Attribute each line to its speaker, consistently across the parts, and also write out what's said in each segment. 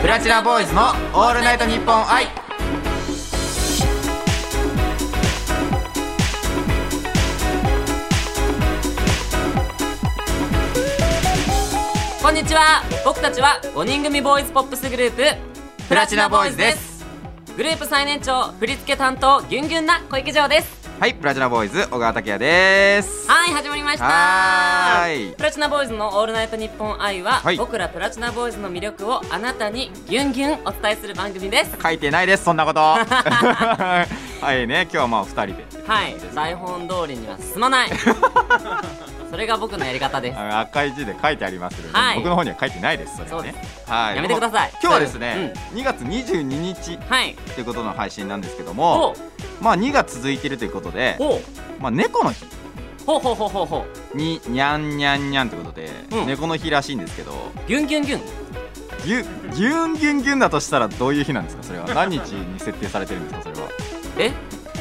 Speaker 1: プラチナボーイズの「オールナイトニッポン愛」
Speaker 2: こんにちは僕たちは5人組ボーイズポップスグループ
Speaker 1: プラチナボーイズです
Speaker 2: グループ最年長振り付け担当ギュンギュンな小池城です
Speaker 1: はいプラチナボーイズ小川拓也です
Speaker 2: はい始まりました
Speaker 1: はーい
Speaker 2: プラチナボーイズの「オールナイトニッポン愛は」
Speaker 1: はい
Speaker 2: 僕らプラチナボーイズの魅力をあなたにギュンギュンお伝えする番組です
Speaker 1: 書いてないですそんな ことはいね今日はまあ2人で
Speaker 2: はい台本通りには進まない それが僕のやり方です
Speaker 1: あの赤い字で書いてありますけど、
Speaker 2: はい
Speaker 1: 僕の方には書いてないですそれはね
Speaker 2: そう
Speaker 1: はい
Speaker 2: やめてください
Speaker 1: でも今日はですね、2月22日
Speaker 2: はい
Speaker 1: ということの配信なんですけど
Speaker 2: ほ
Speaker 1: も
Speaker 2: う
Speaker 1: まあ2が続いているということで、
Speaker 2: ほう
Speaker 1: まあ、猫の日
Speaker 2: ほうほうほうほうほ
Speaker 1: ににゃんにゃんにゃんということで、
Speaker 2: うん
Speaker 1: 猫の日らしいんですけど
Speaker 2: うギュンギュンギュン
Speaker 1: ぎゅぎゅんぎゅんぎゅんだとしたらどういう日なんですかそれは何日に設定されてるんですかそれは
Speaker 2: え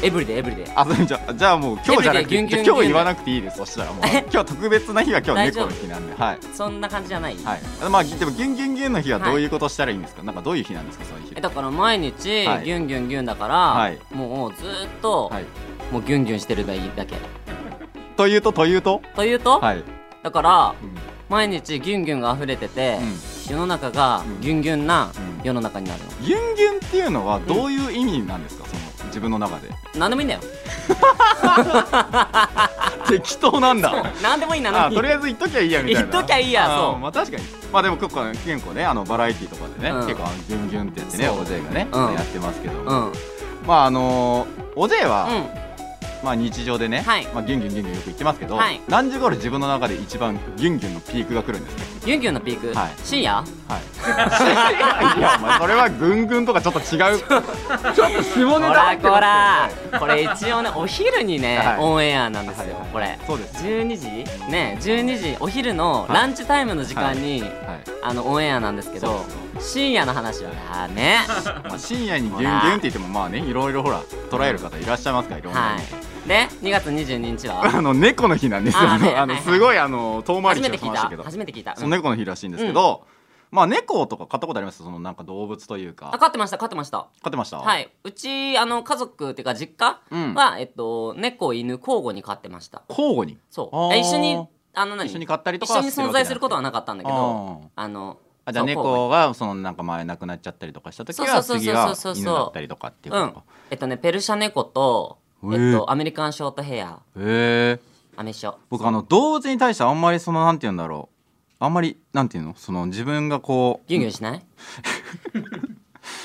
Speaker 2: エブリデエブリデ
Speaker 1: あそれじゃあじゃあもう今日じゃなくて
Speaker 2: エブリデイギュンギュンギュン
Speaker 1: じゃあ今日言わなくていいですそしたら もう今日特別な日は今日
Speaker 2: 大
Speaker 1: 猫
Speaker 2: 丈夫
Speaker 1: の日なんではい
Speaker 2: そんな感じじゃない、
Speaker 1: はいまあでもぎゅんぎゅんぎゅんの日はどういうことしたらいいんですか、なんかどういう日なんですかそういう日
Speaker 2: えだから毎日
Speaker 1: はい
Speaker 2: ギュンギュンギュンだから、
Speaker 1: はい
Speaker 2: もうずーっと、
Speaker 1: はい
Speaker 2: もうギュンギュンしてるだけ
Speaker 1: というとというと
Speaker 2: というと、
Speaker 1: はい、うん
Speaker 2: だから
Speaker 1: うん
Speaker 2: 毎日ギュンギュンが溢れてて、世の中が
Speaker 1: うん
Speaker 2: ギュンギュンな
Speaker 1: うん
Speaker 2: 世の中になるの、
Speaker 1: ぎゅんぎゅんっていうのはどういう意味なんですか、その自分の中で
Speaker 2: 何でもいいんだよ
Speaker 1: 適当なんだ
Speaker 2: 何でもいいんだ
Speaker 1: あ
Speaker 2: な
Speaker 1: とりあえず言っときゃいいやみたいな
Speaker 2: 言っときゃいいや
Speaker 1: あー
Speaker 2: そう
Speaker 1: まあ確かにまあでも結構結構ねあのバラエティとかでね、
Speaker 2: うん
Speaker 1: 結構あのギュンギュンってやってね
Speaker 2: そう
Speaker 1: おじいがね、
Speaker 2: うん
Speaker 1: やってますけど、
Speaker 2: うんうん
Speaker 1: まああのー、おじいは、
Speaker 2: は
Speaker 1: まあ日常でね、
Speaker 2: はい
Speaker 1: まあギュンギュンギュンギュンよく言ってますけど、
Speaker 2: はい
Speaker 1: 何時頃自分の中で一番ギュンギュンのピークが来るんですか
Speaker 2: ギュンギュンのピーク、
Speaker 1: はい
Speaker 2: 深夜
Speaker 1: はいいやお前それはぐんぐんとかちょっと違う ちょっと下
Speaker 2: こ
Speaker 1: ネタ入
Speaker 2: ら
Speaker 1: って
Speaker 2: こ
Speaker 1: ま
Speaker 2: ら
Speaker 1: すよね
Speaker 2: これ一応ねお昼にね、
Speaker 1: はい
Speaker 2: オンエアなんですよ、
Speaker 1: はいはい
Speaker 2: これ
Speaker 1: そうです
Speaker 2: 12時ね12時お昼のランチタイムの時間に、
Speaker 1: はい
Speaker 2: あのオンエアなんですけど
Speaker 1: そう
Speaker 2: 深夜の話はダメ
Speaker 1: まあ、深夜にギュンギュンって言ってもまあねいろいろほら捉える方いらっしゃいますからいろんな、
Speaker 2: はいで2月22日は
Speaker 1: あの猫の日なんですよ。
Speaker 2: あ
Speaker 1: あ
Speaker 2: はい
Speaker 1: のあの
Speaker 2: はい
Speaker 1: すごいあの遠回
Speaker 2: 初
Speaker 1: り
Speaker 2: め
Speaker 1: して
Speaker 2: て
Speaker 1: し
Speaker 2: 聞い
Speaker 1: ましたけ
Speaker 2: た
Speaker 1: ど、
Speaker 2: 初めて聞いた、
Speaker 1: そうの
Speaker 2: ん、
Speaker 1: 猫の日らしいんですけど、まあ猫とか飼ったことあります？そのなんか動物という
Speaker 2: あ
Speaker 1: か
Speaker 2: 飼ってました飼ってました
Speaker 1: 飼ってました。
Speaker 2: は。いうちあの家族っていうか実家
Speaker 1: うん
Speaker 2: は、えっと猫犬交互に飼ってました
Speaker 1: 交互に
Speaker 2: そう
Speaker 1: あー
Speaker 2: 一緒にあの何
Speaker 1: 一緒に飼ったりと
Speaker 2: 一
Speaker 1: かは
Speaker 2: 緒に存在することはなかったんだけど
Speaker 1: あー
Speaker 2: あの
Speaker 1: あじゃあ
Speaker 2: そう交
Speaker 1: 猫がそのなんか前亡くなっちゃったりとかした時は
Speaker 2: そうそう
Speaker 1: 次
Speaker 2: そうそ
Speaker 1: が
Speaker 2: うそうそう
Speaker 1: 犬だったりとかっていうこ
Speaker 2: 互
Speaker 1: と
Speaker 2: うん
Speaker 1: か。
Speaker 2: えっとねペルシャ猫と、
Speaker 1: へ
Speaker 2: え
Speaker 1: ー
Speaker 2: っとアメリカンショートヘア
Speaker 1: へえ。
Speaker 2: アメショ
Speaker 1: 僕あの動物に対してあんまりそのなんて言うんだろう。あんまりなんていうのその自分がこう
Speaker 2: ギュンギュンしない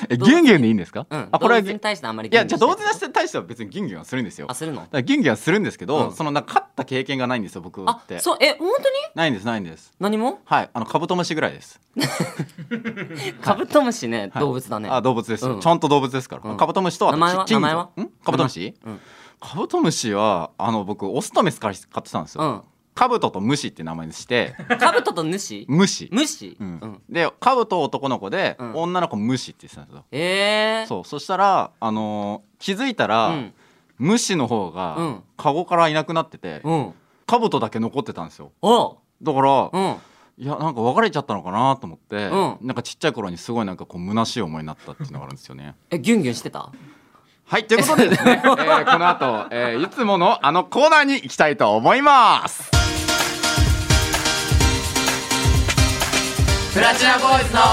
Speaker 1: えギュンギュンでいいんですか？
Speaker 2: うん
Speaker 1: あこれは
Speaker 2: 動
Speaker 1: ギュ
Speaker 2: 物
Speaker 1: ン
Speaker 2: に対してあんまり
Speaker 1: い
Speaker 2: ギュ
Speaker 1: や
Speaker 2: ン
Speaker 1: じ
Speaker 2: ギ
Speaker 1: ゃ
Speaker 2: ュ
Speaker 1: あ
Speaker 2: ンしない
Speaker 1: 動物に対しては別にギュンギュンはするんですよ
Speaker 2: あ。するの
Speaker 1: だからギュンギュンはするんですけど、
Speaker 2: うん
Speaker 1: そのなんか勝った経験がないんですよ僕
Speaker 2: あ
Speaker 1: って
Speaker 2: そうえ本当に
Speaker 1: ないんですないんです
Speaker 2: 何も
Speaker 1: はいあのカブトムシぐらいです、
Speaker 2: カブトムシね、
Speaker 1: はい
Speaker 2: 動物だね
Speaker 1: あ動物ですよ、
Speaker 2: うん
Speaker 1: ちゃんと動物ですから、
Speaker 2: うん
Speaker 1: カブトムシとあと
Speaker 2: 名前は
Speaker 1: チン
Speaker 2: 名前は
Speaker 1: んカブトムシ
Speaker 2: うん
Speaker 1: カブトムシはあの僕オスとメスから買ってたんですよ、
Speaker 2: うん
Speaker 1: カブトとムシって名前に して
Speaker 2: カブトと主
Speaker 1: ムシ、
Speaker 2: 虫
Speaker 1: う
Speaker 2: うんん
Speaker 1: でカブト男の子で、
Speaker 2: うん
Speaker 1: 女の子ムシって言ってたんですよ
Speaker 2: ええ
Speaker 1: そうそしたら、あのー気づいたら、
Speaker 2: うん
Speaker 1: ムシの方が、
Speaker 2: うん
Speaker 1: カゴからいなくなってて、
Speaker 2: うん
Speaker 1: カブトだけ残ってたんですよ
Speaker 2: お
Speaker 1: だから、
Speaker 2: うん
Speaker 1: いやなんか別れちゃったのかなと思って、
Speaker 2: う
Speaker 1: なんかちっちゃい頃にすごいなんかこう虚しい思いになったっていうのがあるんですよね。
Speaker 2: えギュンギュンしてた
Speaker 1: はいということでです ね、えーこの後、えーいつものあのコーナーに行きたいと思います。
Speaker 2: プラチナボーイズのオ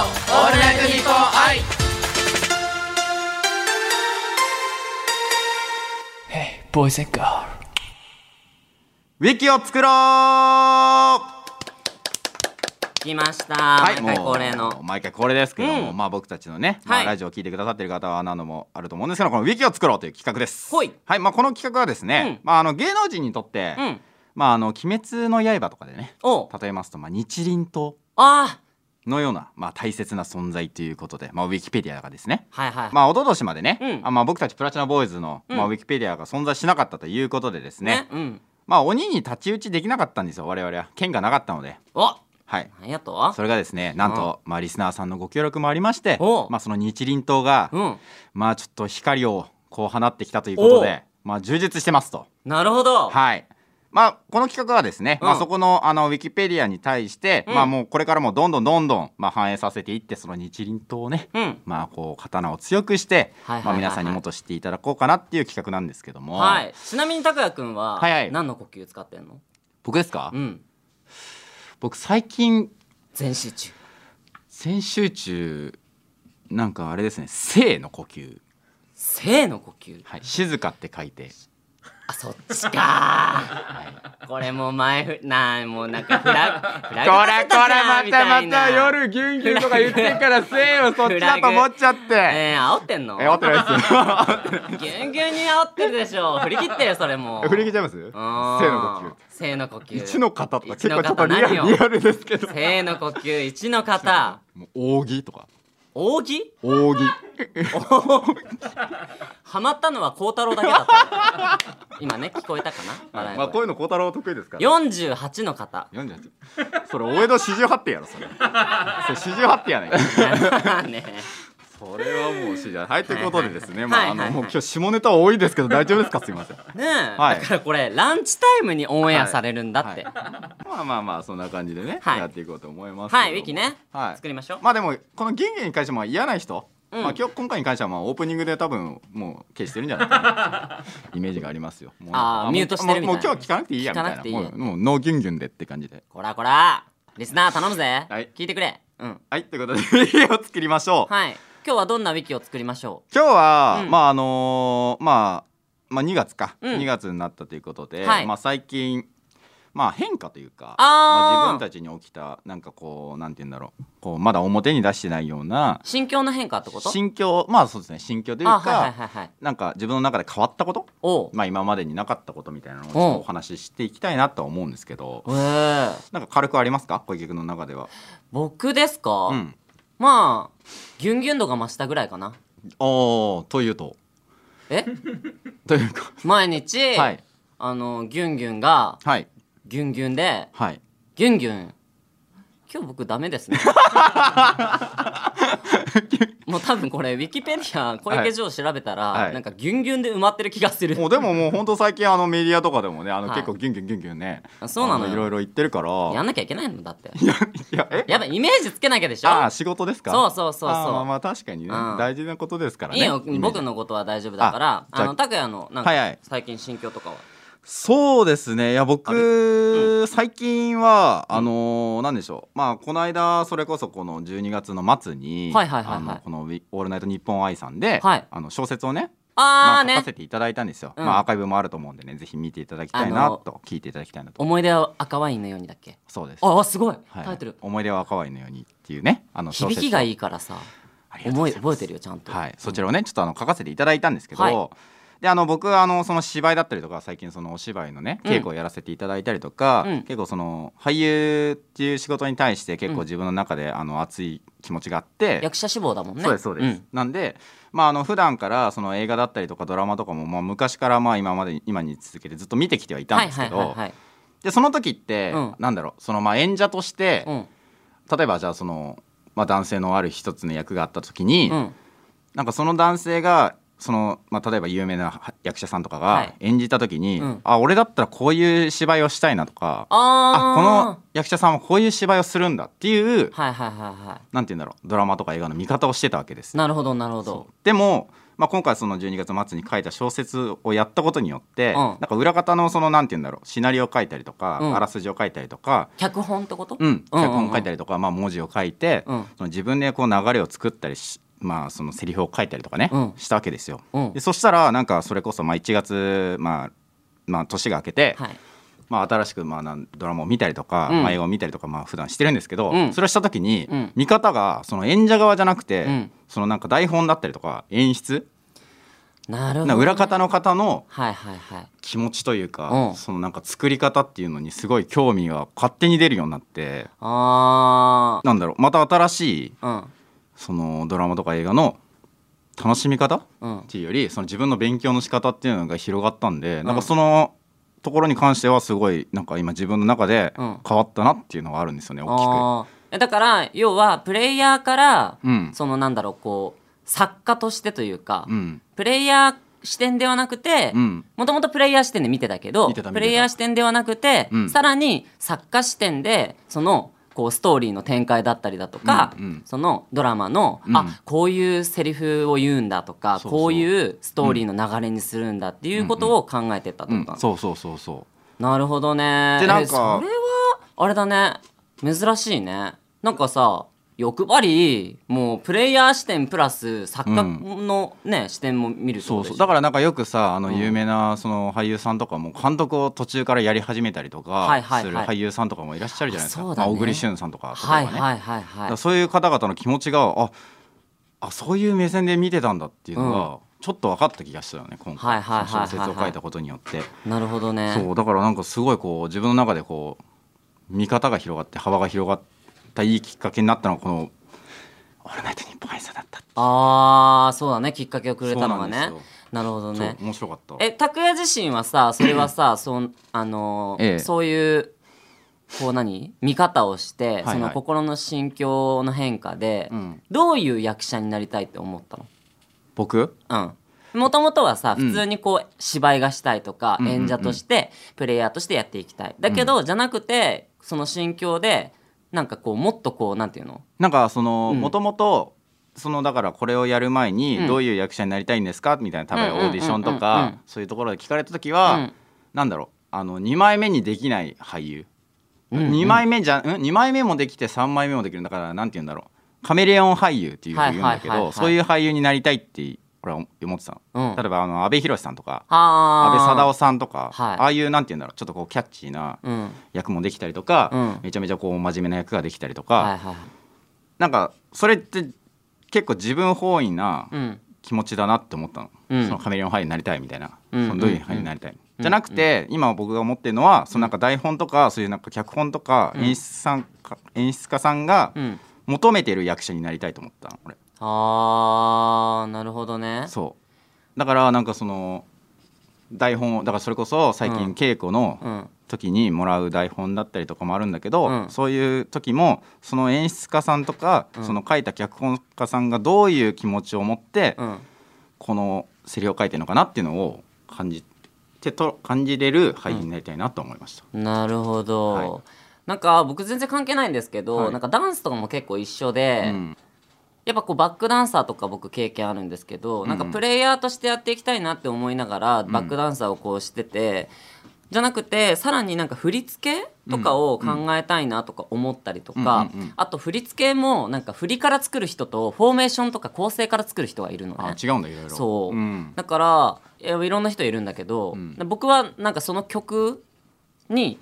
Speaker 2: ールナイトニッポン愛
Speaker 3: ボーイズガール
Speaker 1: ウィキを作ろう。は
Speaker 2: 来ました
Speaker 1: い、
Speaker 2: 毎回
Speaker 1: もう
Speaker 2: 恒例の
Speaker 1: 毎回恒例ですけども、
Speaker 2: うん
Speaker 1: まあ僕たちのね、ま
Speaker 2: は
Speaker 1: あ、
Speaker 2: い
Speaker 1: ラジオを聞いてくださってる方はなのもあると思うんですけど、このウィキを作ろうという企画です。
Speaker 2: ほい
Speaker 1: はい、まあこの企画はですね、
Speaker 2: う
Speaker 1: まああの芸能人にとって、
Speaker 2: うん
Speaker 1: まああの鬼滅の刃とかでね、
Speaker 2: お
Speaker 1: 例えますとまあ日輪刀
Speaker 2: あ
Speaker 1: のような、まあ、大切な存在ということで、まあ、ウィキペディアがですね、
Speaker 2: ーはいはい
Speaker 1: まあ、一昨年までね、
Speaker 2: うん
Speaker 1: あまあ、僕たちプラチナボーイズの、
Speaker 2: うん
Speaker 1: まあ、ウィキペディアが存在しなかったということでですね
Speaker 2: うん
Speaker 1: まあ、鬼に立ち打ちできなかったんですよ我々は剣がなかったので、
Speaker 2: お
Speaker 1: はい、
Speaker 2: なんやと
Speaker 1: それがですねなんと、まあ、リスナーさんのご協力もありまして
Speaker 2: お、う
Speaker 1: まあ、その日輪刀が、
Speaker 2: うん
Speaker 1: まあ、ちょっと光をこう放ってきたということで、まあ、充実してますと。
Speaker 2: なるほど
Speaker 1: はいまあ、この企画はですね、
Speaker 2: うん
Speaker 1: まあ、そこのあのウィキペディアに対して、
Speaker 2: うん
Speaker 1: まあ、もうこれからもどんどんどんどん、まあ、反映させていってその日輪刀をね、
Speaker 2: うん
Speaker 1: まあ、こう刀を強くして、
Speaker 2: はいはいはいはい
Speaker 1: まあ、皆さんにもっと知っていただこうかなっていう企画なんですけども、
Speaker 2: はいちなみに拓也くんは
Speaker 1: はいはい
Speaker 2: 何の呼吸使ってんの
Speaker 1: 僕ですか、
Speaker 2: うん
Speaker 1: 僕最近
Speaker 2: 全集中
Speaker 1: 先週中なんかあれですね「生の呼吸
Speaker 2: 正の呼吸」
Speaker 1: はい「静か」って書いて
Speaker 2: あそっちかーこれもう前ふなもうな んかフラフ
Speaker 1: こ
Speaker 2: ラ
Speaker 1: れ
Speaker 2: グ
Speaker 1: こ
Speaker 2: 立
Speaker 1: れ
Speaker 2: てたじゃん
Speaker 1: またま
Speaker 2: みたいな
Speaker 1: た夜ギュンギュンとか言ってるから「生」をそっちだと思っちゃって。
Speaker 2: えー、煽ってんの
Speaker 1: え合ってないですよ
Speaker 2: ギュンギュンに煽ってるでしょ振り切ってるそれも
Speaker 1: 振り切っ
Speaker 2: っ
Speaker 1: ちゃいます
Speaker 2: て
Speaker 1: 生
Speaker 2: う
Speaker 1: の呼吸
Speaker 2: ん正の呼吸
Speaker 1: 一の型とか
Speaker 2: 一
Speaker 1: 結
Speaker 2: の
Speaker 1: 構ちょっと
Speaker 2: 型
Speaker 1: リアル
Speaker 2: 何
Speaker 1: リ
Speaker 2: よ
Speaker 1: アルですけど
Speaker 2: 正の呼吸一の型
Speaker 1: もう扇とか
Speaker 2: 扇
Speaker 1: 扇
Speaker 2: ハマったのは孝太郎だけだった 今ね聞こえたかな笑い
Speaker 1: まあこう
Speaker 2: 声
Speaker 1: いうの孝太郎得意ですから
Speaker 2: 48の 型
Speaker 1: 48それ大江戸四十八手やろそれそれ四十八手やないか
Speaker 2: ね
Speaker 1: それはもう四十八はいということでですね
Speaker 2: はい
Speaker 1: まああ
Speaker 2: はいは
Speaker 1: の
Speaker 2: い
Speaker 1: もう今日下ネタ多いですけど大丈夫ですかすい ません
Speaker 2: ねえ、
Speaker 1: はい
Speaker 2: だからこれランチタイムにオンエアされるんだってはい、
Speaker 1: まあまあまあそんな感じでね
Speaker 2: はい
Speaker 1: やっていこうと思います
Speaker 2: ウィキね、
Speaker 1: はい
Speaker 2: 作りましょう、
Speaker 1: まあでもこの銀ンに関しても嫌な人
Speaker 2: うん
Speaker 1: まあ今日今回に関してはまあオープニングで多分もう消してるんじゃないか なイメージがありますよ。もうなんか
Speaker 2: あー
Speaker 1: もう
Speaker 2: ミュートしてるみたいな
Speaker 1: もうもう今日は聞かなくていいやみたい
Speaker 2: 聞かな
Speaker 1: な。
Speaker 2: くていい
Speaker 1: もうもうノーギュンギュンでって感じで。
Speaker 2: こらこらリスナー頼むぜ、
Speaker 1: はい
Speaker 2: 聞いてくれうん
Speaker 1: はいということで家を作りましょう。
Speaker 2: はい今日はどんなウィキを作りましょ
Speaker 1: 今日は、
Speaker 2: うん
Speaker 1: まああのーまあまあ2月か、
Speaker 2: うん
Speaker 1: 2月になったということで、
Speaker 2: はい
Speaker 1: まあ最近まあ変化というか、
Speaker 2: あー
Speaker 1: まあ、自分たちに起きたなんかこうなんて言うんだろうこうまだ表に出してないような
Speaker 2: う心境の変化ってこと
Speaker 1: 心境まあそうですね心境というか、
Speaker 2: あはいはいはいはい
Speaker 1: なんか自分の中で変わったこと
Speaker 2: おう
Speaker 1: まあ、今までになかったことみたいなのをちょっ
Speaker 2: うん
Speaker 1: とお話ししていきたいなとは思うんですけど
Speaker 2: えー、
Speaker 1: なんか軽くありますか小池君の中では。
Speaker 2: 僕ですか、
Speaker 1: うん、
Speaker 2: まあギュンギュン度が増したぐらいかな
Speaker 1: おーというと
Speaker 2: え
Speaker 1: というか
Speaker 2: 毎日、
Speaker 1: はい
Speaker 2: あのギュンギュンが
Speaker 1: はい
Speaker 2: ギュンギュンで
Speaker 1: はい
Speaker 2: ギュンギュン今日僕ダ メですねもう多分これウィキペディア小池城調べたら、
Speaker 1: はい
Speaker 2: なんかギュンギュンで埋まってる気がする
Speaker 1: もうでももう本当最近あのメディアとかでもねあの
Speaker 2: はい
Speaker 1: 結構ギュンギュンギュンギュンね、
Speaker 2: あそうなのよ
Speaker 1: あいろいろ言ってるから
Speaker 2: やんなきゃいけないのだって
Speaker 1: いやいやえ
Speaker 2: やっぱイメージつけなきゃでしょ
Speaker 1: ああ仕事ですか
Speaker 2: そうそうそうそう
Speaker 1: あーまあまあ確かにね、
Speaker 2: うん
Speaker 1: 大事なことですからね
Speaker 2: いいよ
Speaker 1: イメージ
Speaker 2: 僕のことは大丈夫だから
Speaker 1: あじゃ
Speaker 2: あ
Speaker 1: あ
Speaker 2: の拓哉のなん
Speaker 1: はいはい
Speaker 2: か最近心境とかは
Speaker 1: そうですねいや僕、
Speaker 2: あれ
Speaker 1: 最近はあのーなんでしょうまあこの間それこそこの12月の末に
Speaker 2: はいはいはいはい
Speaker 1: あのこのウィ「オールナイトニッポン愛」さんで、
Speaker 2: はい
Speaker 1: あの小説をね、まあ書
Speaker 2: ああ
Speaker 1: か
Speaker 2: ね
Speaker 1: せていただいたんですよ、
Speaker 2: うん
Speaker 1: まあアーカイブもあると思うんでねぜひ見ていただきたい
Speaker 2: あ
Speaker 1: な
Speaker 2: の
Speaker 1: と聞いていただきたいなと
Speaker 2: 思い出は赤ワインのようにだっけ
Speaker 1: そうです
Speaker 2: ああすごい、
Speaker 1: はい
Speaker 2: タイトル
Speaker 1: 思い出は赤ワインのように」っていうねあの小
Speaker 2: 響
Speaker 1: 説
Speaker 2: きがいいからさ
Speaker 1: ありがとうござ
Speaker 2: 思い
Speaker 1: います
Speaker 2: 覚えてるよちゃんと、
Speaker 1: はい、そちらをねちょっとあの書かせていただいたんですけど、
Speaker 2: はい
Speaker 1: であの僕はあのその芝居だったりとか最近そのお芝居のね
Speaker 2: うん
Speaker 1: 稽古をやらせていただいたりとか、
Speaker 2: うん
Speaker 1: 結構その俳優っていう仕事に対して結
Speaker 2: う
Speaker 1: 構
Speaker 2: ん
Speaker 1: 自分の中であの熱い気持ちがあって、
Speaker 2: 役者志望だもんね
Speaker 1: そうですそうです、なんでまああの普段からその映画だったりとかドラマとかもまあ昔からまあ今までに今に続けてずっと見てきてはい
Speaker 2: うん
Speaker 1: た
Speaker 2: は
Speaker 1: ん
Speaker 2: い
Speaker 1: です
Speaker 2: は
Speaker 1: け
Speaker 2: いはい
Speaker 1: ど
Speaker 2: はい
Speaker 1: でその時って、
Speaker 2: うん
Speaker 1: なんだろうそのまあ演者として、
Speaker 2: うん
Speaker 1: 例えばじゃあその、まあ、男性のある一つの役があった時に、
Speaker 2: うん
Speaker 1: なんかその男性がその、まあ、例えば有名なは役者さんとか
Speaker 2: は
Speaker 1: が
Speaker 2: い
Speaker 1: 演じた時に、
Speaker 2: うん
Speaker 1: あ俺だったらこういう芝居をしたいなとかあこ
Speaker 2: ああ
Speaker 1: の役者さんはこういう芝居をするんだっていう
Speaker 2: はいはいはいは
Speaker 1: なんて言うんだろうドラマとか映画の見方をしてたわけです
Speaker 2: い
Speaker 1: よ。
Speaker 2: なるほどなるほど
Speaker 1: でも、まあ、今回その12月末に書いた小説をやったことによって、
Speaker 2: ん
Speaker 1: なんか裏方のそのなんて言うんだろうシナリオを書いたりとか、
Speaker 2: うん
Speaker 1: あらすじを書いたりとか、
Speaker 2: 脚本ってこと
Speaker 1: うん、
Speaker 2: うんうん
Speaker 1: 脚本を書いたりとか、まあ、文字を書いて、
Speaker 2: うん
Speaker 1: その自分でこう流れを作ったりし、まあ、そのセリフを書いたりとかね、
Speaker 2: うん
Speaker 1: したわけですよ。
Speaker 2: うん
Speaker 1: でそしたらなんかそれこそまあ1月、まあ、まあ年が明けて、
Speaker 2: はい
Speaker 1: まあ、新しくまあなんドラマを見たりとか、
Speaker 2: うん
Speaker 1: まあ、映画を見たりとかまあ普段してるんですけど、
Speaker 2: うん
Speaker 1: それをした時に
Speaker 2: うん
Speaker 1: 見方がその演者側じゃなくて、
Speaker 2: うん
Speaker 1: そのなんか台本だったりとか演出
Speaker 2: なるほ
Speaker 1: なんか
Speaker 2: どね
Speaker 1: 裏方の方の
Speaker 2: はいはいはい
Speaker 1: 気持ちというか、
Speaker 2: うん
Speaker 1: そのなんか作り方っていうのにすごい興味が勝手に出るようになって
Speaker 2: あ
Speaker 1: なんだろうまた新しい
Speaker 2: あ
Speaker 1: そのドラマとか映画の楽しみ方
Speaker 2: うんうん
Speaker 1: っていうよりその自分の勉強の仕方っていうのが広がったんで、なんかそのところに関してはすごいなんか今自分の中で
Speaker 2: うん
Speaker 1: 変わったなっていうのがあるんですよね、大き
Speaker 2: あーだから要はプレイヤーから
Speaker 1: く。うん
Speaker 2: そのなんだろうこう作家としてというか
Speaker 1: うん
Speaker 2: プレイヤー視点ではなくて
Speaker 1: うん
Speaker 2: もともとプレイヤー視点で見てたけど
Speaker 1: 見てた見てた
Speaker 2: プレイヤー視点ではなくて、
Speaker 1: うん
Speaker 2: さらに作家視点でそのこうストーリーの展開だったりだとか、
Speaker 1: うんうん
Speaker 2: そのドラマの、
Speaker 1: うん
Speaker 2: あこういうセリフを言うんだとか
Speaker 1: そうそう
Speaker 2: こういうストーリーの流れにするんだっていうことを考えてったって
Speaker 1: うん
Speaker 2: ことだ、
Speaker 1: そうそうそうそう
Speaker 2: なるほどね
Speaker 1: でなんか
Speaker 2: えそれはあれだね珍しいねなんかさ欲張りもうプレイヤー視点プラス作家のね、視点も見るって
Speaker 1: そ
Speaker 2: こ
Speaker 1: う
Speaker 2: と
Speaker 1: そ
Speaker 2: で
Speaker 1: う
Speaker 2: しょ
Speaker 1: だからなんかよくさあの
Speaker 2: ん
Speaker 1: 有名なその俳優さんとかも監督を途中からやり始めたりとか
Speaker 2: はいはい
Speaker 1: する
Speaker 2: はい
Speaker 1: 俳優さんとかもいらっしゃるじゃないですか、
Speaker 2: あそうだ
Speaker 1: まあ
Speaker 2: ね
Speaker 1: 小栗旬さんとかとか
Speaker 2: は
Speaker 1: ね、
Speaker 2: い
Speaker 1: だか
Speaker 2: はいはいはい
Speaker 1: らそういう方々の気持ちがああそういう目線で見てたんだっていうのが、ちょっと分かった気がしたよね今
Speaker 2: は
Speaker 1: 回
Speaker 2: いはいはいはいはい
Speaker 1: その小説を書いたことによって、
Speaker 2: なるほどね
Speaker 1: そうだからなんかすごいこう自分の中でこう見方が広がって幅が広がったいいきっかけになったのがこの「オールナイトニッポンアイス」だったって
Speaker 2: ああそうだねきっかけをくれたのがね
Speaker 1: そうなです
Speaker 2: なんるほどね
Speaker 1: そう面白かった
Speaker 2: え拓哉自身はさそれ はさそんあの
Speaker 1: え
Speaker 2: ー
Speaker 1: え
Speaker 2: そういうこう何見方をして
Speaker 1: いはい
Speaker 2: その心の心境の変化で、
Speaker 1: うん
Speaker 2: どういう役者になりたいって思ったの
Speaker 1: 僕
Speaker 2: うんもともとはさ
Speaker 1: ん
Speaker 2: 普通にこう芝居がしたいとか、
Speaker 1: うんうんうん
Speaker 2: 演者としてプレイヤーとしてやっていきたいだけど、じゃなくてその心境でなんかこうもっとこうなんていうの
Speaker 1: なんかその
Speaker 2: うん
Speaker 1: もともとそのだからこれをやる前
Speaker 2: うん
Speaker 1: にどういう役者になりたいんですかみたいな多
Speaker 2: うん
Speaker 1: 分オ
Speaker 2: うんうんうん
Speaker 1: ーディションと
Speaker 2: うんう
Speaker 1: か
Speaker 2: ん
Speaker 1: そういうところで聞かれた時
Speaker 2: う
Speaker 1: は
Speaker 2: ん
Speaker 1: なんだろうあの2枚目にできない俳優
Speaker 2: うんうん
Speaker 1: 2枚目じゃん2枚目もできて3枚目もできるだからなんて言うんだろうカメレオン俳優っていうふうに言うんだけ
Speaker 2: はいはいはいは
Speaker 1: ど
Speaker 2: い
Speaker 1: そういう俳優になりたいって俺は思ってた
Speaker 2: うん
Speaker 1: の例えばあの阿部寛さんとか阿
Speaker 2: あー
Speaker 1: 部サダヲさんとか
Speaker 2: はい
Speaker 1: ああいうなんて言うんだろうちょっとこうキャッチーな
Speaker 2: うんはい
Speaker 1: 役もできたりとか
Speaker 2: うん
Speaker 1: めちゃめちゃこう真面目な役ができたりとか
Speaker 2: はい
Speaker 1: なんかそれって結構自分本位な
Speaker 2: うん
Speaker 1: 気持ちだなって思ったの,、
Speaker 2: うん
Speaker 1: そのカメレオン俳優になりたいみたいな、
Speaker 2: うん
Speaker 1: そのどういう俳優になりたい、
Speaker 2: ん
Speaker 1: じゃなくて、今僕が思ってるのはそのなんか台本とかそういうなんか脚本とか
Speaker 2: うん
Speaker 1: 演出さんか、演出家さんが
Speaker 2: うん
Speaker 1: 求めてる役者になりたいと思ったの俺
Speaker 2: あーなるほどね
Speaker 1: そうだからなんかその台本をだからそれこそ最
Speaker 2: うん
Speaker 1: 近稽古の
Speaker 2: うん
Speaker 1: 時にもらう台本だったりとかもあるんだけど、
Speaker 2: うん
Speaker 1: そういう時もその演出家さんとか、
Speaker 2: うん
Speaker 1: その書いた脚本家さんがどういう気持ちを持って、
Speaker 2: うん
Speaker 1: このセリフを書いてるのかなっていうのを感じてと感じれる俳優になりたいなと思いました、
Speaker 2: なるほど、
Speaker 1: はい
Speaker 2: なんか僕全然関係ないんですけど、
Speaker 1: はい
Speaker 2: なんかダンスとかも結構一緒で、
Speaker 1: うん
Speaker 2: やっぱこうバックダンサーとか僕経験あるんですけど、なんかプレイヤーとしてやっていきたいなって思いながらバックダンサーをこうしてて、じゃなくてさらになんか振り付けとかを考えたいなとか思ったりとか、
Speaker 1: うんうんうん
Speaker 2: あと振り付けもなんか振りから作る人とフォーメーションとか構成から作る人がいるのね
Speaker 1: あ。違うんだいろいろ
Speaker 2: そう、
Speaker 1: ん
Speaker 2: だからいやいろんな人いるんだけど、
Speaker 1: ん
Speaker 2: 僕はなんかその曲に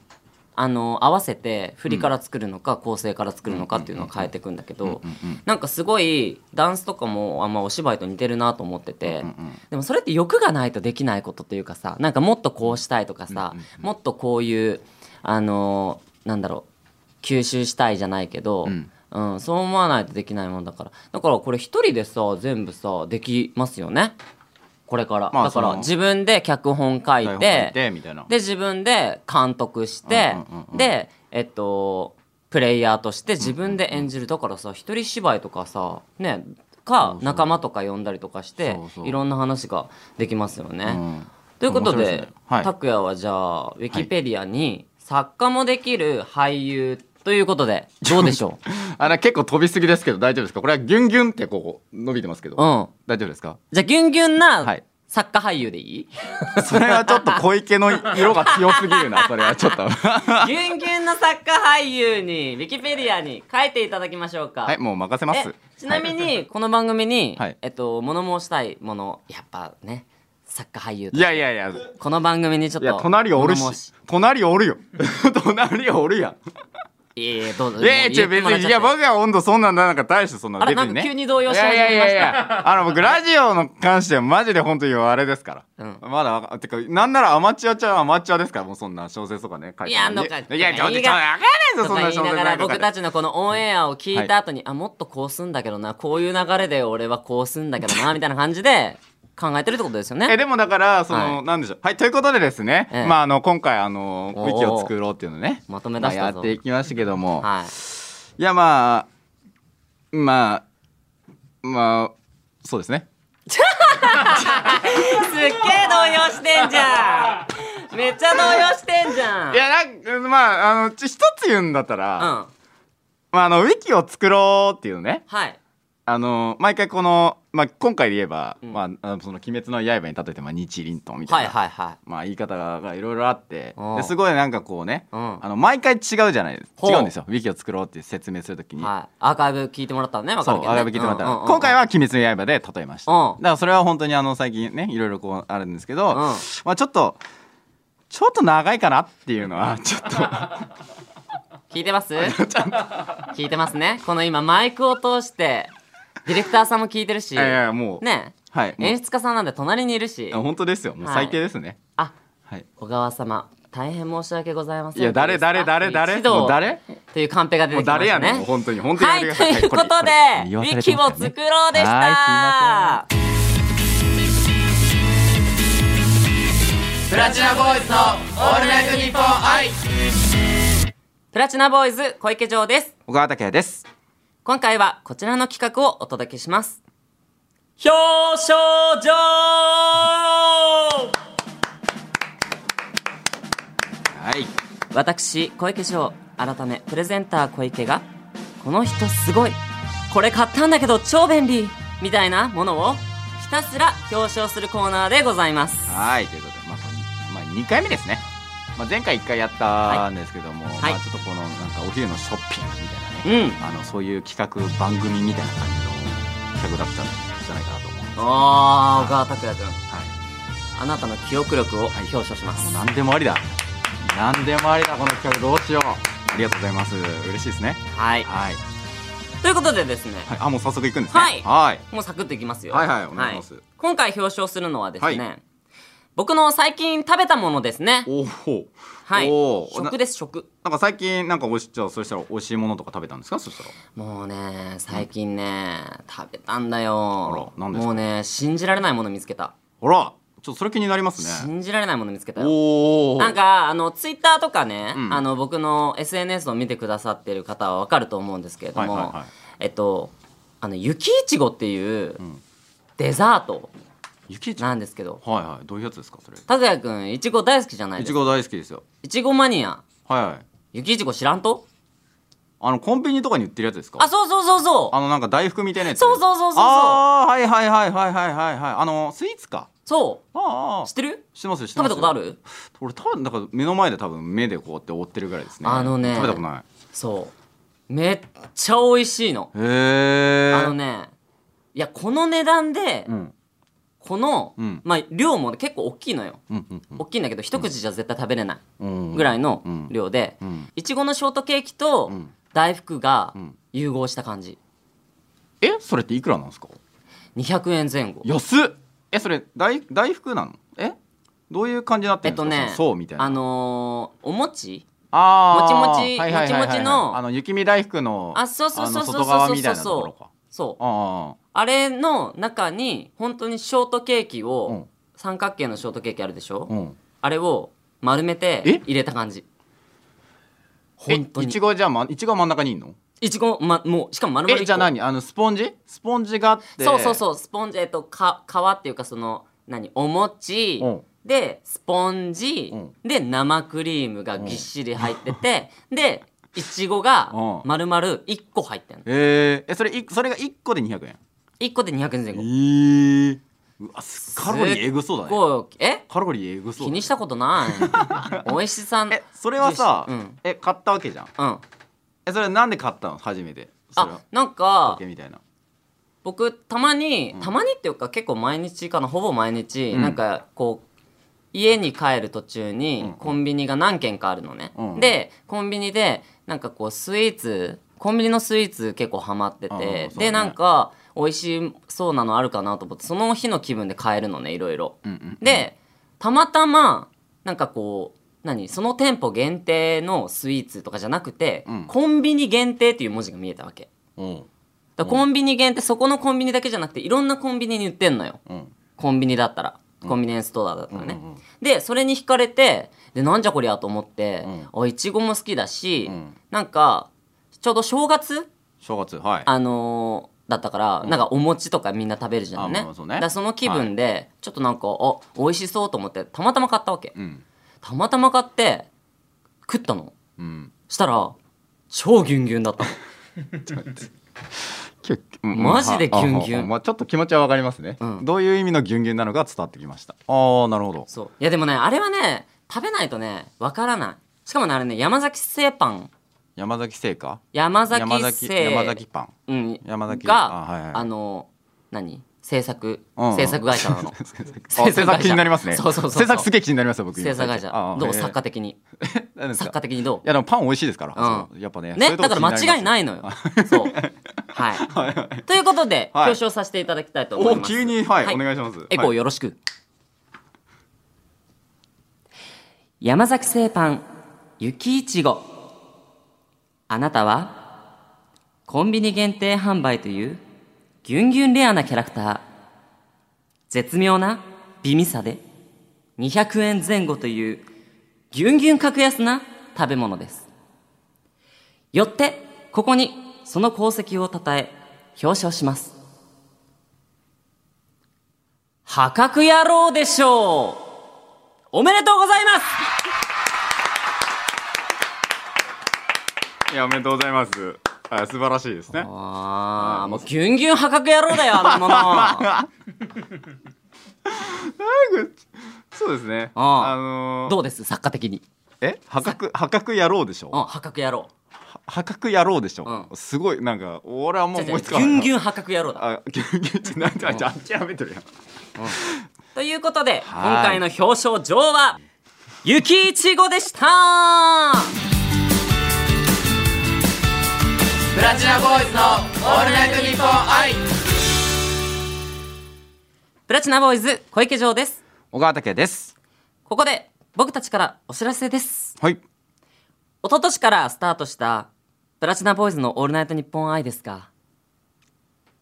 Speaker 2: あの合わせて振りから作るのか、構成から作るのかっていうのを変えていくんだけど、なんかすごいダンスとかもあんまお芝居と似てるなと思ってて、でもそれって欲がないとできないことっていうかさなんかもっとこうしたいとかさ、もっとこういうあのなんだろう吸収したいじゃないけど、うん
Speaker 1: ん
Speaker 2: そう思わないとできないもんだからだからこれ一人でさ全部さできますよねこれから、
Speaker 1: まあ
Speaker 2: だか
Speaker 1: そ
Speaker 2: ら
Speaker 1: の
Speaker 2: 自分で脚本書
Speaker 1: 台
Speaker 2: い
Speaker 1: 本
Speaker 2: て
Speaker 1: 書いてみたいな
Speaker 2: で自分で監督して、
Speaker 1: うんうんうんうん
Speaker 2: でえっとプレイヤーとして自分で演じる、だからさ一人芝居とかさね
Speaker 1: そう
Speaker 2: か
Speaker 1: そう
Speaker 2: 仲間とか呼んだりとかして
Speaker 1: そうそう
Speaker 2: いろんな話ができますよね。
Speaker 1: うん
Speaker 2: ということ
Speaker 1: 面白い
Speaker 2: で
Speaker 1: ですねはい
Speaker 2: 拓哉、はじゃあウィキペディアに作家もできる俳優ということでどうでしょ う
Speaker 1: あれ結構飛びすぎですけど大丈夫ですかこれはギュンギュンってこう伸びてます けど、
Speaker 2: うん
Speaker 1: 大丈夫ですか
Speaker 2: じゃあギュンギュン
Speaker 1: は
Speaker 2: ない作家俳優 でいい、
Speaker 1: それはちょっと小池の色が強すぎる なそれはちょっとは
Speaker 2: ギュンギュンの作家俳優にウィキペディアに書いていただきましょうか。
Speaker 1: いもう任せます
Speaker 2: えちなみ
Speaker 1: はい
Speaker 2: にこの番組に、
Speaker 1: はい
Speaker 2: えっと物申したいものやっぱね作家俳優と
Speaker 1: いやいやいや
Speaker 2: この番組にちょっ
Speaker 1: いや
Speaker 2: と
Speaker 1: 隣おる
Speaker 2: 物申
Speaker 1: し隣おるよ 隣おるやん
Speaker 2: いやいやどう
Speaker 1: い
Speaker 2: ぞ
Speaker 1: やい
Speaker 2: も
Speaker 1: や、別
Speaker 2: う言ってもらっちゃっ
Speaker 1: に、
Speaker 2: て
Speaker 1: いや、僕は温度そんなんだ、なんか大してそんな
Speaker 2: あら
Speaker 1: 別に
Speaker 2: なん
Speaker 1: ね。
Speaker 2: か急に動揺し始めました
Speaker 1: いやいやいや、あの、僕、ラジオの関してはマジで本当にあれですから。まだわか、てか、なんならアマチュアちゃんアマチュアですから、もうそんな小説とかね、書い
Speaker 2: い
Speaker 1: て
Speaker 2: や
Speaker 1: る
Speaker 2: なん
Speaker 1: のに
Speaker 2: か
Speaker 1: いや、ちょっと、ちょっと、わかんないぞ、
Speaker 2: と
Speaker 1: そん
Speaker 2: か
Speaker 1: な小
Speaker 2: 言い
Speaker 1: 説
Speaker 2: ながら僕た
Speaker 1: ち。
Speaker 2: ちのこのオンエアを聞いた後に、あもっとこうすんだけどなこういう流れで俺はこうすんだけどなみたいな感 じで考えてるってことですよ
Speaker 1: え、
Speaker 2: ね
Speaker 1: でもだから、そ
Speaker 2: は
Speaker 1: の、なんでしょう。はい、ということでですね
Speaker 2: ええ、
Speaker 1: まあ、あの、今回、あの、
Speaker 2: お
Speaker 1: ウ
Speaker 2: ー
Speaker 1: ィキを作ろうっていうのね、
Speaker 2: まとめ出したぞ
Speaker 1: まあやっていきましたけども、
Speaker 2: はい
Speaker 1: いや、まあ、まあ、まあ、そうですね。
Speaker 2: すっげえ動揺してんじゃんめっちゃ動揺してんじゃん
Speaker 1: いやなんかまああのち一つ言うんだったら、
Speaker 2: うん
Speaker 1: まあ、あのウィキを作ろうっていうね
Speaker 2: はい
Speaker 1: あの毎回この、まあ、今回で言えば「
Speaker 2: うん
Speaker 1: まあ、あのその鬼滅の刃」に例えて、まあ、日輪刀みた
Speaker 2: はいい
Speaker 1: な、
Speaker 2: はいはい
Speaker 1: まあ、言い方がいろいろあって
Speaker 2: うん
Speaker 1: ですごいなんかこうね、
Speaker 2: うん
Speaker 1: あの毎回違うじゃないです
Speaker 2: ほう
Speaker 1: 違うんですよウィキを作ろうって説明するときに、
Speaker 2: はいアーカイブ聞いてもらったらねわ
Speaker 1: そ
Speaker 2: か
Speaker 1: う
Speaker 2: るけど、
Speaker 1: ア
Speaker 2: ね、
Speaker 1: ガベ聞いてもらったら、
Speaker 2: うんうんうん
Speaker 1: 今回は「鬼滅の刃」で例えました、
Speaker 2: う
Speaker 1: だ
Speaker 2: ん
Speaker 1: からそれは本当にあの最近ねいろいろこうあるんですけど、
Speaker 2: ん
Speaker 1: まあ、ちょっとちょっと長いかなっていうのはちょっと
Speaker 2: 聞い てます聞いてますねこの今マイクを通してディレクターさんも聞いてるし
Speaker 1: いやいやもう、
Speaker 2: ね
Speaker 1: はいもう
Speaker 2: 演出家さんなんで隣にいるし
Speaker 1: あ本当ですよもう最低ですね、
Speaker 2: あ
Speaker 1: はい
Speaker 2: 小川様大変申し訳ございません
Speaker 1: いや誰誰誰誰
Speaker 2: 一同
Speaker 1: もう誰
Speaker 2: というカンペが出
Speaker 1: も
Speaker 2: て
Speaker 1: う
Speaker 2: きましたね
Speaker 1: 誰やねんもう本当に本当に
Speaker 2: は
Speaker 1: や
Speaker 2: い、
Speaker 1: めてくだ
Speaker 2: と
Speaker 1: さ
Speaker 2: いうことで
Speaker 1: これこれ、言わさ
Speaker 2: ウィ
Speaker 1: れ
Speaker 2: キ
Speaker 1: て
Speaker 2: を
Speaker 1: ます
Speaker 2: 作
Speaker 1: からね
Speaker 2: ろうでし
Speaker 1: は
Speaker 2: た。プラチナボーイズのオールナイトニッポン愛。プラチナボーイズ小池城です。
Speaker 1: 小川武です
Speaker 2: 今回はこちらの企画をお届けします。表彰状。
Speaker 1: はい
Speaker 2: 私小池翔改めプレゼンター小池がこの人すごいこれ買ったんだけど超便利みたいなものをひたすら表彰するコーナーでございます
Speaker 1: はいということで、まあ、まあ2回目ですね、まあ、前回1回やったんですけども、
Speaker 2: はい
Speaker 1: まあ、ちょっとこのなんかお昼のショッピングみたいなね、
Speaker 2: う
Speaker 1: あ
Speaker 2: ん
Speaker 1: のそういう企画番組みたいな感じの企画だったんじゃないかなと思う、
Speaker 2: ああ小川拓也君
Speaker 1: はい、
Speaker 2: あなたの記憶力を表彰します、
Speaker 1: もう何でもありだ何でもありだこの企画どうしようありがとうございます嬉しいですね
Speaker 2: はい、
Speaker 1: はい、
Speaker 2: ということでですね
Speaker 1: はい、あもう早速行くんですね
Speaker 2: はい
Speaker 1: はい
Speaker 2: もうサクッといきますよ
Speaker 1: はいはいお願いします
Speaker 2: 今回表彰するのはですね、
Speaker 1: は
Speaker 2: 僕の最近食べたものですね
Speaker 1: おお
Speaker 2: はい
Speaker 1: おーな
Speaker 2: 食です食
Speaker 1: なんか最近なんかおしじゃあそしたら美味しいものとか食べたんですかそしたら
Speaker 2: もうね最近ね、食べたんだよ
Speaker 1: あら何ですか
Speaker 2: もうね信じられないもの見つけた、
Speaker 1: あらちょっとそれ気になりますね
Speaker 2: 信じられないもの見つけたよ
Speaker 1: おお
Speaker 2: なんかあのツイッターとかね、
Speaker 1: うん
Speaker 2: あの僕の SNS を見てくださってる方は分かると思うんですけれども、
Speaker 1: はいはいはい
Speaker 2: えっとあの雪いちごっていう
Speaker 1: うん
Speaker 2: デザート
Speaker 1: 雪ちゃん
Speaker 2: なんですけど
Speaker 1: はいはいどういうやつですかそれ
Speaker 2: 拓也くんいちご大好きじゃない
Speaker 1: いち
Speaker 2: ですか
Speaker 1: ご大好きですよ
Speaker 2: いちごマニア
Speaker 1: はいはい
Speaker 2: 雪いちご知らんと
Speaker 1: あのコンビニとかに売ってるやつですか
Speaker 2: あそうそうそうそう
Speaker 1: あのなんか大福みたいなやつ
Speaker 2: そうそうそうそうそう
Speaker 1: ああはいはいはいはいはいはいはいあのスイーツか
Speaker 2: そ
Speaker 1: ああああ
Speaker 2: う知ってる
Speaker 1: 知ってますよ知って
Speaker 2: 食
Speaker 1: ま
Speaker 2: べ
Speaker 1: すよ
Speaker 2: たことある
Speaker 1: 俺多分だから目の前で多分目でこうやって追ってるぐらいですね
Speaker 2: あのね
Speaker 1: 食べたことない
Speaker 2: そうめっちゃ美味しいの
Speaker 1: へえ
Speaker 2: あのねいやこの値段で、
Speaker 1: うん
Speaker 2: この、
Speaker 1: うん
Speaker 2: まあ、量も結構大きいのよ
Speaker 1: うんうん
Speaker 2: 大きいんだけど一口じゃ絶対食べれない
Speaker 1: うん
Speaker 2: ぐらい
Speaker 1: うんうん
Speaker 2: の量で
Speaker 1: うん
Speaker 2: いちごのショートケーキと
Speaker 1: うん
Speaker 2: 大福が
Speaker 1: うん
Speaker 2: 融合した感じ
Speaker 1: えそれっていくらなんですか
Speaker 2: 200円前後
Speaker 1: 安っえそれ大大福なのえどういう感じになって
Speaker 2: え
Speaker 1: る
Speaker 2: っ
Speaker 1: んで
Speaker 2: と
Speaker 1: すか、
Speaker 2: ね
Speaker 1: その層みたいな
Speaker 2: あのーお餅
Speaker 1: あー
Speaker 2: もちもち
Speaker 1: はいはいはいはい
Speaker 2: もちもちの
Speaker 1: あの雪見大福の
Speaker 2: あそうそうそうそう
Speaker 1: あの外側みたいなところか
Speaker 2: そう
Speaker 1: あ
Speaker 2: あれの中に本当にショートケーキ
Speaker 1: あ
Speaker 2: を三角形のショートケーキあるでしょ、
Speaker 1: うんうん
Speaker 2: あれを丸めて
Speaker 1: え
Speaker 2: 入れた感じ
Speaker 1: え
Speaker 2: 本当
Speaker 1: い
Speaker 2: に
Speaker 1: ちごじゃあまいちごは真ん中にいんの
Speaker 2: いちご、ま、もうしかも丸々
Speaker 1: え
Speaker 2: 一
Speaker 1: じゃあ
Speaker 2: 個
Speaker 1: 何あのスポンジスポンジがあって
Speaker 2: そうそうそうスポンジえっとか皮っていうかその何お餅
Speaker 1: うん
Speaker 2: でスポンジ
Speaker 1: うん
Speaker 2: で生クリームがぎっしり入っててでいちごが
Speaker 1: うん
Speaker 2: 丸々1個入ってんの
Speaker 1: えー、えそれいそれが一個で200円
Speaker 2: 1個で200円前
Speaker 1: え
Speaker 2: 後
Speaker 1: ー、うわすカロリーえぐそうだね
Speaker 2: こうえ
Speaker 1: カロリーえぐそうだ
Speaker 2: 気
Speaker 1: ね
Speaker 2: にしたことない 美味しさん
Speaker 1: えそれはさ、
Speaker 2: 重視うん
Speaker 1: え買ったわけじゃん
Speaker 2: うん
Speaker 1: えそれなんで買ったの初めてそれは
Speaker 2: あなんか
Speaker 1: 時計みたいな
Speaker 2: 僕たまにたまにっていうか結構毎日かなほぼ毎日、
Speaker 1: うん
Speaker 2: なんかこう家に帰る途中
Speaker 1: うんうん
Speaker 2: にコンビニが何軒かあるのね、
Speaker 1: うん
Speaker 2: でコンビニでなんかこうスイーツコンビニのスイーツ結構ハマってて、
Speaker 1: うんうんそうね
Speaker 2: でなんか美味しそうなのあるかなと思ってその日の気分で買えるのねいろいろ、
Speaker 1: うんうん
Speaker 2: でたまたまなんかこう何その店舗限定のスイーツとかじゃなくて、
Speaker 1: うん
Speaker 2: コンビニ限定っていう文字が見えたわけ
Speaker 1: うん
Speaker 2: だからコンビニ限ってそこのコンビニだけじゃなくていろんなコンビニに売ってんのよ
Speaker 1: うん
Speaker 2: コンビニだったらコンビニエンスストアだったらね、
Speaker 1: うんうんうん
Speaker 2: でそれに惹かれてでなんじゃこりゃと思って、
Speaker 1: う
Speaker 2: あいちごも好きだし、
Speaker 1: うん
Speaker 2: なんかちょうど正月
Speaker 1: 正月はい
Speaker 2: あのーだったから、なんかお餅とかみんな食べるじゃんね,、
Speaker 1: あまあまあそうね
Speaker 2: だからその気分で、ちょっとなんかあ美味しそうと思ってたまたま買ったわけ、
Speaker 1: うん
Speaker 2: たまたま買って食ったの
Speaker 1: うん
Speaker 2: したら超ギュンギュンだったの
Speaker 1: きゅうん
Speaker 2: マジでギュンギュン
Speaker 1: あああまあ、ちょっと気持ちはわかりますね、
Speaker 2: うん
Speaker 1: どういう意味のギュンギュンなのか伝わってきましたああなるほど
Speaker 2: そういやでもねあれはね食べないとねわからないしかもねあれね山崎製パン
Speaker 1: 山崎製菓
Speaker 2: 山崎
Speaker 1: 山崎
Speaker 2: 製
Speaker 1: 山崎パン
Speaker 2: うん、
Speaker 1: 山崎
Speaker 2: が
Speaker 1: あ
Speaker 2: あ,、
Speaker 1: はいはい
Speaker 2: の何制作、
Speaker 1: うん
Speaker 2: 制作会社なの
Speaker 1: あ制作気になりますね
Speaker 2: そうそうそうそう
Speaker 1: 制作すげえ気になりますよ僕今
Speaker 2: 制作会社
Speaker 1: ああ
Speaker 2: どう
Speaker 1: へえ
Speaker 2: 作家的に
Speaker 1: 何ですか
Speaker 2: 作家的にど
Speaker 1: いやでもパン美味しいですから、
Speaker 2: う
Speaker 1: そうやっぱねそうい
Speaker 2: うね
Speaker 1: うとこ
Speaker 2: だから間違いないいのよそうはい
Speaker 1: はい
Speaker 2: ということで、
Speaker 1: はい
Speaker 2: 表彰させていただきたい と思い
Speaker 1: お
Speaker 2: ます
Speaker 1: 急にはい、お願いします
Speaker 2: エコー
Speaker 1: はい
Speaker 2: よろしく、山崎製パン雪いちごあなたはコンビニ限定販売というギュンギュンレアなキャラクター絶妙な美味さで200円前後というギュンギュン格安な食べ物ですよってここにその功績をたたえ表彰します破格野郎でしょうおめでとうございます
Speaker 1: いやおめでとうございますはい素晴らしいですね
Speaker 2: ああ、もうギュンギュン破格野郎だ よ、あんなもの。
Speaker 1: そうですね
Speaker 2: ああ
Speaker 1: のー
Speaker 2: どうです作家的に。
Speaker 1: え破格破格野郎でしょ
Speaker 2: うん、破格野郎。
Speaker 1: 破格野郎でしょ、
Speaker 2: う
Speaker 1: すごいなんか俺はもう
Speaker 2: 違う違
Speaker 1: 思
Speaker 2: う
Speaker 1: い
Speaker 2: ギ
Speaker 1: つか
Speaker 2: ュ
Speaker 1: ない
Speaker 2: ンギ
Speaker 1: ン
Speaker 2: ュン破格野郎だ。
Speaker 1: あギュンギュンってなんてあ諦めてるやん
Speaker 2: ということで、今
Speaker 1: はい
Speaker 2: 回の表彰状は、雪いちごでしたプラチナボーイズのオールナイトニッポン愛プラチナボーイズ小池城です。
Speaker 1: 小川武です
Speaker 2: ここで僕たちからお知らせです。
Speaker 1: はい
Speaker 2: 一昨年からスタートしたプラチナボーイズの「オールナイトニッポン愛」ですが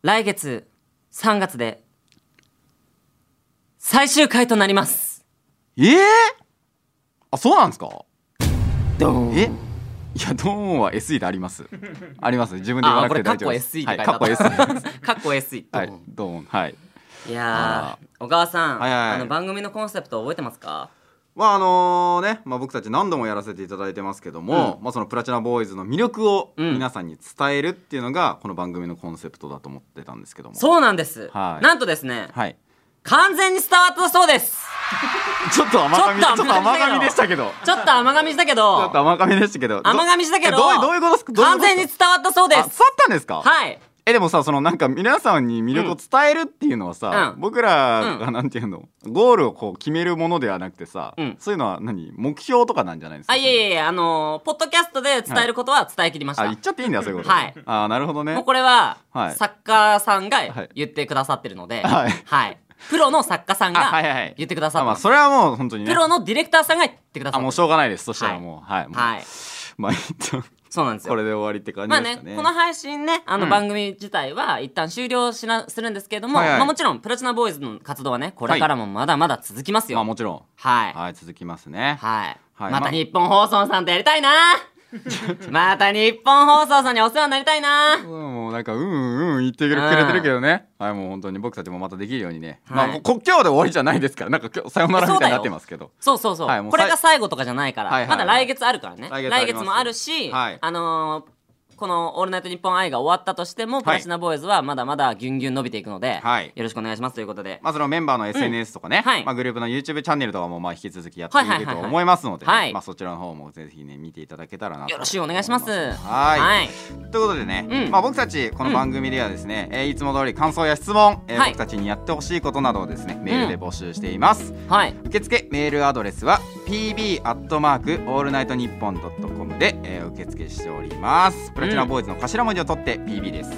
Speaker 2: 来月3月で最終回となります
Speaker 1: ええあそうなんですか
Speaker 2: ドーン
Speaker 1: えいやドーンは SE でありますあります自分で言わ
Speaker 2: あ
Speaker 1: な
Speaker 2: こ
Speaker 1: く
Speaker 2: れ
Speaker 1: て大
Speaker 2: カッ
Speaker 1: 丈
Speaker 2: コ
Speaker 1: 夫です
Speaker 2: SE って書
Speaker 1: はいい
Speaker 2: て
Speaker 1: カ
Speaker 2: あ
Speaker 1: ッコ
Speaker 2: った
Speaker 1: SE
Speaker 2: カッコ SE
Speaker 1: はいドーンはい
Speaker 2: いやー小川さん、
Speaker 1: はいはいはい
Speaker 2: あの番組のコンセプト覚えてますか
Speaker 1: まああのね、まあ、僕たち何度もやらせていただいてますけども、まあ、そのプラチナボーイズの魅力を
Speaker 2: うん
Speaker 1: 皆さんに伝えるっていうのがこの番組のコンセプトだと思ってたんですけども
Speaker 2: そうなんです、
Speaker 1: はい
Speaker 2: なんとですね、
Speaker 1: はい
Speaker 2: 完全に伝わったそうです
Speaker 1: ちょっと甘噛み
Speaker 2: ち
Speaker 1: ち
Speaker 2: ょ
Speaker 1: ょ
Speaker 2: っ
Speaker 1: っ
Speaker 2: と
Speaker 1: と甘噛みでしたけど
Speaker 2: ちょっと甘噛みしたけ
Speaker 1: ちょっと
Speaker 2: ど
Speaker 1: 甘噛みでしたけどど
Speaker 2: 甘噛みしたけど
Speaker 1: えどうどういうことですかどういうこ
Speaker 2: 完
Speaker 1: と
Speaker 2: 全に伝わったそうで
Speaker 1: あ伝わっ
Speaker 2: す
Speaker 1: たんですか
Speaker 2: はい
Speaker 1: えでもさそのなんか皆さんに魅力を伝えるっていうのはさ、
Speaker 2: うん
Speaker 1: 僕ら
Speaker 2: う
Speaker 1: がなんていうの、ゴールをこう決めるものではなくてさ、
Speaker 2: うん
Speaker 1: そういうのは何目標とかなんじゃないですか
Speaker 2: あいえいえいえあのーポッドキャストで伝えることは伝えきりました、
Speaker 1: あ言っちゃっていいんだよそういうこと
Speaker 2: はい
Speaker 1: あーなるほどね
Speaker 2: もうこれは、
Speaker 1: はい
Speaker 2: 作家さん
Speaker 1: は
Speaker 2: が
Speaker 1: い
Speaker 2: 言ってくださってるので、
Speaker 1: はい
Speaker 2: プロの作家さん
Speaker 1: あはいはいは
Speaker 2: が
Speaker 1: い
Speaker 2: 言ってくださっ
Speaker 1: あ
Speaker 2: て
Speaker 1: ま
Speaker 2: ま
Speaker 1: あ
Speaker 2: す
Speaker 1: それはもう本当にね
Speaker 2: プロのディレクターさんが言ってくださ
Speaker 1: あ
Speaker 2: って
Speaker 1: も
Speaker 2: ま
Speaker 1: う
Speaker 2: す
Speaker 1: しょうがないですそしたらもうはい、もう
Speaker 2: はい
Speaker 1: まあ一旦
Speaker 2: そうなんですよ
Speaker 1: これで終わりって感
Speaker 2: まあ
Speaker 1: じです
Speaker 2: ね
Speaker 1: かね,、
Speaker 2: この配信ねあの
Speaker 1: うん
Speaker 2: 番組自体は一旦終了しなするんですけれども、
Speaker 1: はいはい
Speaker 2: まあ、もちろんプラチナボーイズの活動はねこれからもまだまだ続きますよ
Speaker 1: まあ
Speaker 2: はい
Speaker 1: もちろん
Speaker 2: はい、
Speaker 1: はい続きますねはい
Speaker 2: ま
Speaker 1: ま
Speaker 2: た日本放送さんとや りたいなまた日本放送さんにお世話になりたいな
Speaker 1: うんもうなんかうんうんうん言ってくれ
Speaker 2: うん
Speaker 1: くれてるけどねはいもう本当に僕たちもまたできるようにね、
Speaker 2: はい
Speaker 1: まあこ今日で終わりじゃないですから なんか今日さよならみたいになってますけど
Speaker 2: そうそうそう、
Speaker 1: はいもう
Speaker 2: これ
Speaker 1: さ
Speaker 2: が
Speaker 1: い
Speaker 2: 最後とかじゃないから、
Speaker 1: はいはい
Speaker 2: ま
Speaker 1: はい
Speaker 2: だ来月あるからね
Speaker 1: 来
Speaker 2: 来
Speaker 1: 月
Speaker 2: 月
Speaker 1: あります
Speaker 2: もあるし、
Speaker 1: はい
Speaker 2: あのーこの「オールナイトニッポン愛」が終わったとしても、プラチナボーイズはまだまだギュンギュン伸びていくので、
Speaker 1: はい
Speaker 2: よろしくお願いしますということで、
Speaker 1: まあ、そのメンバーの SNS とかね、
Speaker 2: はい
Speaker 1: まあ、グループの YouTube チャンネルとかもまあ引き続きやってい
Speaker 2: はいはい
Speaker 1: る
Speaker 2: はい
Speaker 1: と
Speaker 2: はい
Speaker 1: 思いますので、
Speaker 2: はい
Speaker 1: まあ、そちらの方もぜひね見ていただけたらなと
Speaker 2: よろしくお願いします
Speaker 1: 思はい
Speaker 2: はい
Speaker 1: ということでね、
Speaker 2: うん
Speaker 1: まあ、僕たちこの番組ではですね、えーいつも通り感想や質問、えー
Speaker 2: はい
Speaker 1: 僕たちにやってほしいことなどをですねメールで募集しています、
Speaker 2: はい
Speaker 1: 受付メールアドレスは pb アットマークオールナイトニッポンドットコムで、えー受付しておりますプラチナボーイズの頭文字を取って pb です、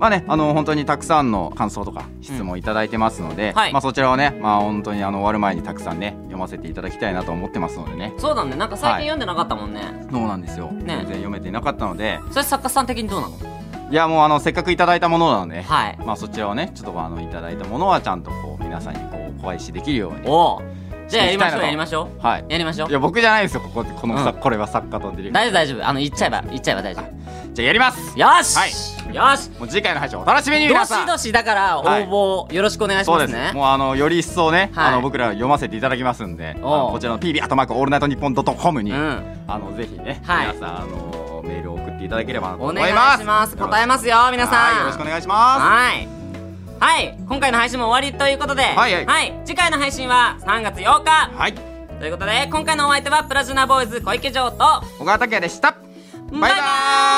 Speaker 1: まあねあの本当にたくさんの感想とか質問いただいてますので、
Speaker 2: んはい
Speaker 1: まあそちらをねまあ本当にあの終わる前にたくさんね読ませていただきたいなと思ってますのでね
Speaker 2: そうだねなんか最
Speaker 1: はい
Speaker 2: 近読んでなかったもんね、
Speaker 1: そうなんですよ、全然読めていなかったので
Speaker 2: それ作家さん的にどうなの
Speaker 1: いやもうあのせっかくいただいたものなので、
Speaker 2: はい
Speaker 1: まあそちらをねちょっとあのいただいたものはちゃんとこう皆さんにこうお返しできるように
Speaker 2: おおじゃあやり
Speaker 1: 聞きたい
Speaker 2: ましょうや
Speaker 1: なと
Speaker 2: りましょう
Speaker 1: はい
Speaker 2: やりましょう
Speaker 1: いや僕じゃないですよこここのさ、
Speaker 2: うん
Speaker 1: これは作家とディレクター
Speaker 2: 大丈夫大丈夫あの言っちゃえば言っちゃえば大丈夫
Speaker 1: じゃあやります
Speaker 2: よし、
Speaker 1: はい
Speaker 2: よし
Speaker 1: もう次回の配信お楽しみに皆
Speaker 2: ど
Speaker 1: さ
Speaker 2: し
Speaker 1: ん
Speaker 2: どしだから応募よろしくお願いし
Speaker 1: そう
Speaker 2: ま
Speaker 1: ですす
Speaker 2: ね。
Speaker 1: もうあのより一層ね、
Speaker 2: はい
Speaker 1: あの僕ら読ませていただきますんであ
Speaker 2: お
Speaker 1: の
Speaker 2: う
Speaker 1: こちらの PB アトマークオールナイトニッポンドットコムに、
Speaker 2: うん
Speaker 1: あのぜひね、
Speaker 2: はい
Speaker 1: 皆さんあのメールを送っていただければなと
Speaker 2: お
Speaker 1: 思い
Speaker 2: 願
Speaker 1: ま
Speaker 2: い
Speaker 1: す
Speaker 2: します。答えますよ皆
Speaker 1: はい
Speaker 2: さん。
Speaker 1: よろしくお願いしま
Speaker 2: はい。はい、今回の配信も終わりということで、
Speaker 1: はいはい
Speaker 2: 次回の配信は3月8日
Speaker 1: すはい
Speaker 2: ということで、今回のお相手はプラチナボーイズ小池城と、
Speaker 1: 小川拓也でしたバイバ
Speaker 2: バイバ
Speaker 1: ーイ